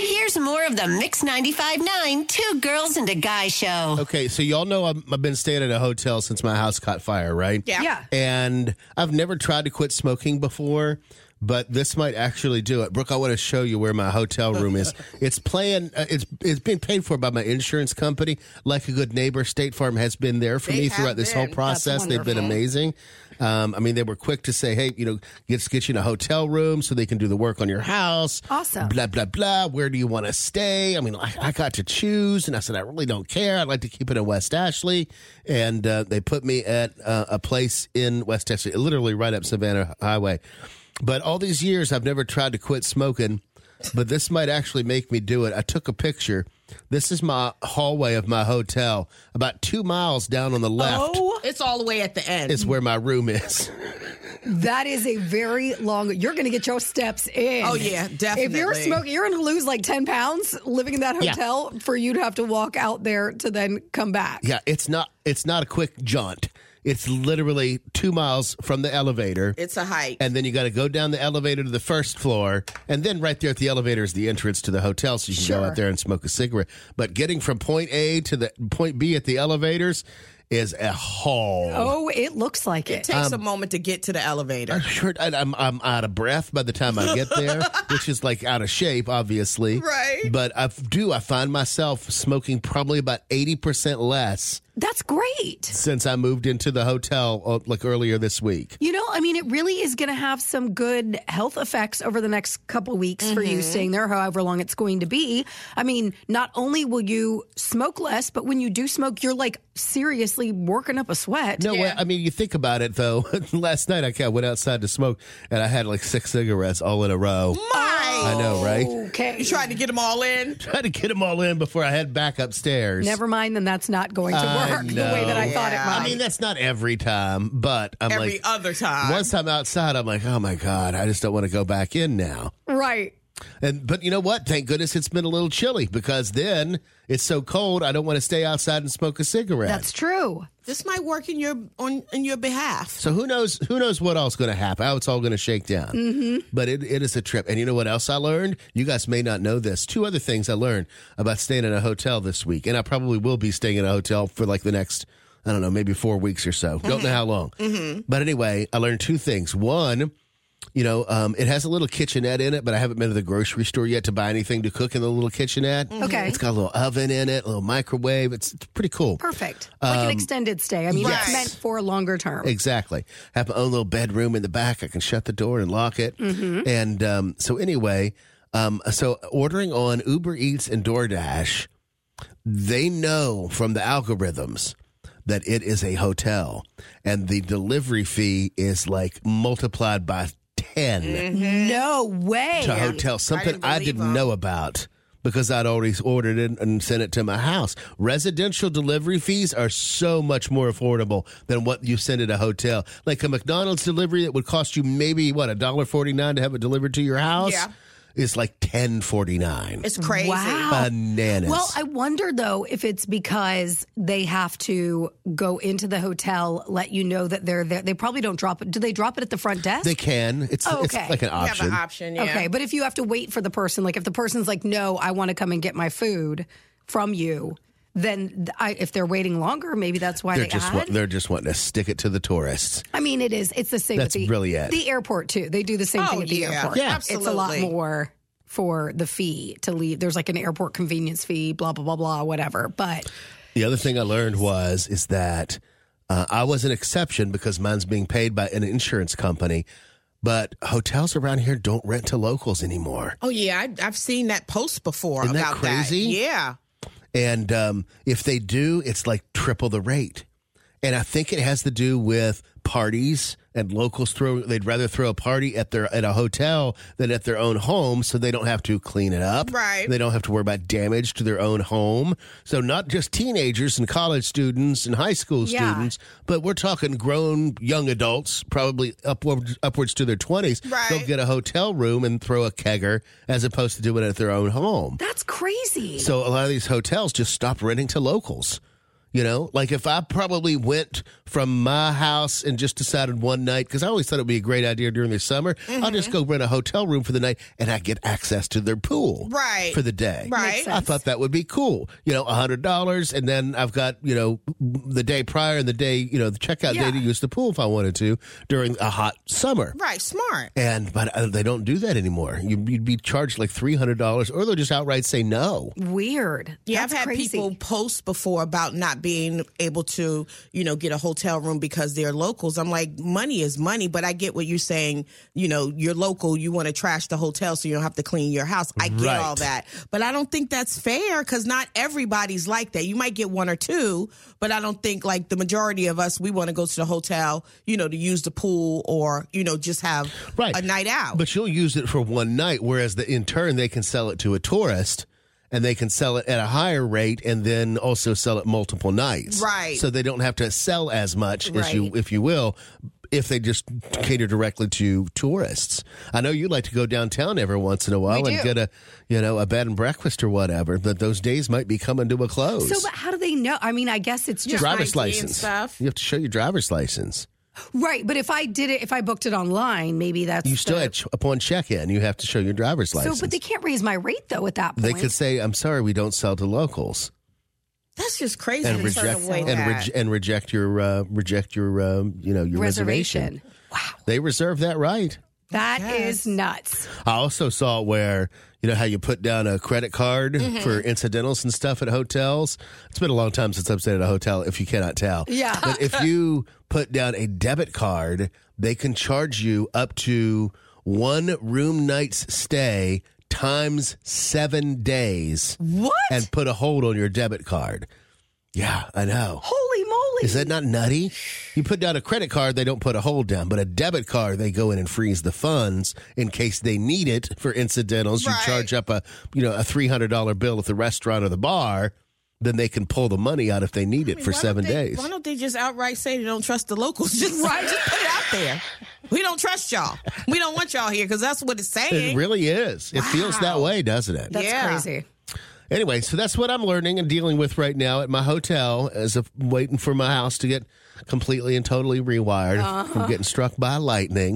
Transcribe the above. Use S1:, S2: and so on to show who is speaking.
S1: Here's more of the Mix 95.9 Two Girls and a Guy show.
S2: Okay, so y'all know I'm, I've been staying at a hotel since my house caught fire, right?
S3: Yeah.
S4: Yeah.
S2: And I've never tried to quit smoking before, but this might actually do it. Brooke, I want to show you where my hotel room is. It's playing. Uh, it's it's being paid for by my insurance company. Like a good neighbor, State Farm has been there for
S3: They
S2: me
S3: have
S2: throughout this whole
S3: been. That's
S2: process. They've been
S3: wonderful.
S2: amazing. Um, I mean, they were quick to say, "Hey, you know, get get you in a hotel room so they can do the work on your house."
S4: Awesome.
S2: Blah blah blah. Where do you want to stay? I mean, I, I got to choose, and I said, I really don't care. I'd like to keep it in West Ashley, and uh, they put me at uh, a place in West Ashley, literally right up Savannah Highway. But all these years, I've never tried to quit smoking, but this might actually make me do it. I took a picture. This is my hallway of my hotel, about two miles down on the left.
S4: Oh,
S3: It's all the way at the end.
S2: Is where my room is.
S4: that is a very long. You're going to get your steps in.
S3: Oh, yeah,
S4: If you're
S3: definitely.
S4: smoking, you're going to lose like ten pounds living in that
S2: Yeah.
S4: hotel for you to have to walk out there to then come back.
S2: Yeah, it's not it's not a quick jaunt. It's literally two miles from the elevator.
S3: it's a hike.
S2: and then you got to go down the elevator to the first floor, and then right there at the elevator is the entrance to the hotel, so you can go
S4: Sure.
S2: out there and smoke a cigarette. But getting from point A to the point B at the elevators is a haul.
S4: Oh, it looks like it.
S3: it takes a moment to get to the elevator.
S2: Sure, I- I'm I'm out of breath by the time I get there, which is like out of shape, obviously.
S3: Right.
S2: But I f- do I find myself smoking probably about eighty percent less
S4: That's great.
S2: since I moved into the hotel uh, like earlier this week.
S4: You know, I mean, it really is going to have some good health effects over the next couple weeks for you
S3: Mm-hmm.
S4: staying there, however long it's going to be. I mean, not only will you smoke less, but when you do smoke, you're like seriously working up a sweat.
S2: No, way. I mean, you think about it though. Last night I ca- went outside to smoke, and I had like six cigarettes all in a row.
S3: My.
S2: I know, right?
S4: Okay.
S3: You tried to get them all in.
S2: Tried to get them all in before I head back upstairs.
S4: Never mind, then that's not going to
S2: I
S4: work the way that I
S2: know.
S4: thought it
S3: Yeah.
S4: might.
S2: I mean, that's not every time, but I'm
S3: Every
S2: like,
S3: other time.
S2: once I'm outside, I'm like, oh my god, I just don't want to go back in now.
S4: right.
S2: And but you know what? Thank goodness it's been a little chilly because then it's so cold. I don't want to stay outside and smoke a cigarette.
S4: That's true.
S3: this might work in your on in your behalf.
S2: So who knows? Who knows what all's going to happen? How it's all going to shake down? Mm-hmm. But it, it is a trip. And you know what else I learned? You guys may not know this. Two other things I learned about staying in a hotel this week, and I probably will be staying in a hotel for like the next. I don't know, maybe four weeks or so. Don't know how long. But anyway, I learned two things. One, you know, um, it has a little kitchenette in it, but I haven't been to the grocery store yet to buy anything to cook in the little kitchenette.
S4: Okay.
S2: It's got a little oven in it, a little microwave. It's, it's pretty cool.
S4: Perfect. Like
S2: Um,
S4: an extended stay. I mean,
S3: Yes.
S4: it's meant for longer term.
S2: Exactly. Have my own little bedroom in the back. I can shut the door and lock it. And um, so, anyway, um, so ordering on Uber Eats and DoorDash, they know from the algorithms that it is a hotel, and the delivery fee is like multiplied by 10
S4: No way.
S2: to hotel. Something I didn't,
S3: believe 'em.
S2: know about because I'd already ordered it and sent it to my house. Residential delivery fees are so much more affordable than what you send at a hotel. Like a McDonald's delivery that would cost you maybe what a dollar forty nine to have it delivered to your house
S3: Yeah.
S2: is like ten forty nine.
S3: It's crazy.
S4: Wow.
S2: Bananas.
S4: Well, I wonder though if it's because they have to go into the hotel, let you know that they're there. They probably don't drop it. Do they drop it at the front desk?
S2: they can. It's,
S4: Oh,
S2: it's
S4: okay.
S2: like an
S3: You have
S2: option.
S3: an option. Yeah.
S4: Okay, but if you have to wait for the person, like if the person's like, "No, I want to come and get my food from you," then th- I, if they're waiting longer, maybe that's why
S2: They're
S4: they
S2: just
S4: add.
S2: want, they're just wanting to stick it to the tourists.
S4: I mean, it is. It's the same.
S2: That's
S4: with the,
S2: really it.
S4: The airport too. They do the same
S3: Oh,
S4: thing at the
S3: yeah.
S4: airport.
S3: Yeah.
S4: it's a lot
S3: Absolutely.
S4: more for the fee to leave. There's like an airport convenience fee, blah blah blah blah, whatever. But
S2: The other thing I learned was is that uh, I was an exception because mine's being paid by an insurance company, but hotels around here don't rent to locals anymore.
S3: Oh yeah, I, I've seen that post before
S2: Isn't that
S3: about
S2: crazy?
S3: Yeah.
S2: And um, if they do, it's like triple the rate. And I think it has to do with parties and locals throw. They'd rather throw a party at their at a hotel than at their own home, so they don't have to clean it up.
S3: Right.
S2: They don't have to worry about damage to their own home. So not just teenagers and college students and high school
S4: Yeah.
S2: students, but we're talking grown young adults, probably upwards upwards to their twenties.
S3: Right.
S2: They'll get a hotel room and throw a kegger as opposed to doing it at their own home.
S4: that's crazy.
S2: So a lot of these hotels just stop renting to locals. You know, like if I probably went from my house and just decided one night, because I always thought it would be a great idea during the summer, I'll just go rent a hotel room for the night and I get access to their pool
S3: Right.
S2: for the day.
S3: Right.
S4: Makes
S2: I thought that would be cool. You know, $100. And then I've got, you know, the day prior and the day, you know, the checkout
S4: Yeah.
S2: day to use the pool if I wanted to during a hot summer.
S3: Right, smart.
S2: And but uh, they don't do that anymore. You, you'd be charged like three hundred dollars, or they'll just outright say no.
S4: Weird.
S3: Yeah,
S4: That's
S3: I've had
S4: crazy.
S3: people post before about not being able to, you know, get a hotel room because they're locals. I'm like, money is money, but I get what you're saying. You know, you're local, you want to trash the hotel so you don't have to clean your house. I get
S2: Right.
S3: all that. But I don't think that's fair because not everybody's like that. You might get one or two, but I don't think like the majority of us, we want to go to the hotel, you know, to use the pool or, you know, just have
S2: Right.
S3: a night out.
S2: But you'll use it for one night, whereas the, in turn they can sell it to a tourist, and they can sell it at a higher rate, and then also sell it multiple nights.
S3: Right.
S2: So they don't have to sell as much as you,
S3: Right.
S2: if you will. If they just cater directly to tourists, I know you like to go downtown every once in a while and
S4: do.
S2: get a, you know, a bed and breakfast or whatever. But those days might be coming to a close.
S4: So, but how do they know? I mean, I guess it's just
S2: driver's
S3: ID and
S2: license.
S3: stuff.
S2: You have to show your driver's license.
S4: right. But if I did it, if I booked it online, maybe that's
S2: You still,
S4: the-
S2: at, upon check-in, you have to show your driver's
S4: So,
S2: license.
S4: but they can't raise my rate though. At that point,
S2: they could say, "I'm sorry, we don't sell to locals,"
S3: that's just crazy.
S2: and
S3: to turn
S2: reject
S3: away
S2: and,
S3: that.
S2: re- and reject your uh, reject your um, you know your reservation.
S4: reservation.
S2: They reserve that right.
S4: That is nuts.
S2: I also saw where you know how you put down a credit card
S4: Mm-hmm.
S2: for incidentals and stuff at hotels. It's been a long time since I've stayed at a hotel. If you cannot tell,
S4: Yeah.
S2: But if you put down a debit card, they can charge you up to one room night's stay times seven days
S4: What?
S2: and put a hold on your debit card. Yeah, I know.
S4: Holy moly!
S2: Is that not nutty? You put down a credit card, they don't put a hold down, but a debit card, they go in and freeze the funds in case they need it for incidentals. You
S3: Right.
S2: charge up a you know a three hundred dollar bill at the restaurant or the bar, then they can pull the money out if they need it for
S3: Why don't
S2: seven
S3: they-
S2: days.
S3: Why don't they just outright say they don't trust the locals? Just right, just put it out there. We don't trust y'all. We don't want y'all here because that's what it's
S2: It
S3: saying.
S2: really is. It feels that way, doesn't it?
S4: That's
S3: Yeah.
S4: crazy.
S2: Anyway, so that's what I'm learning and dealing with right now at my hotel as of waiting for my house to get completely and totally rewired from getting struck by lightning.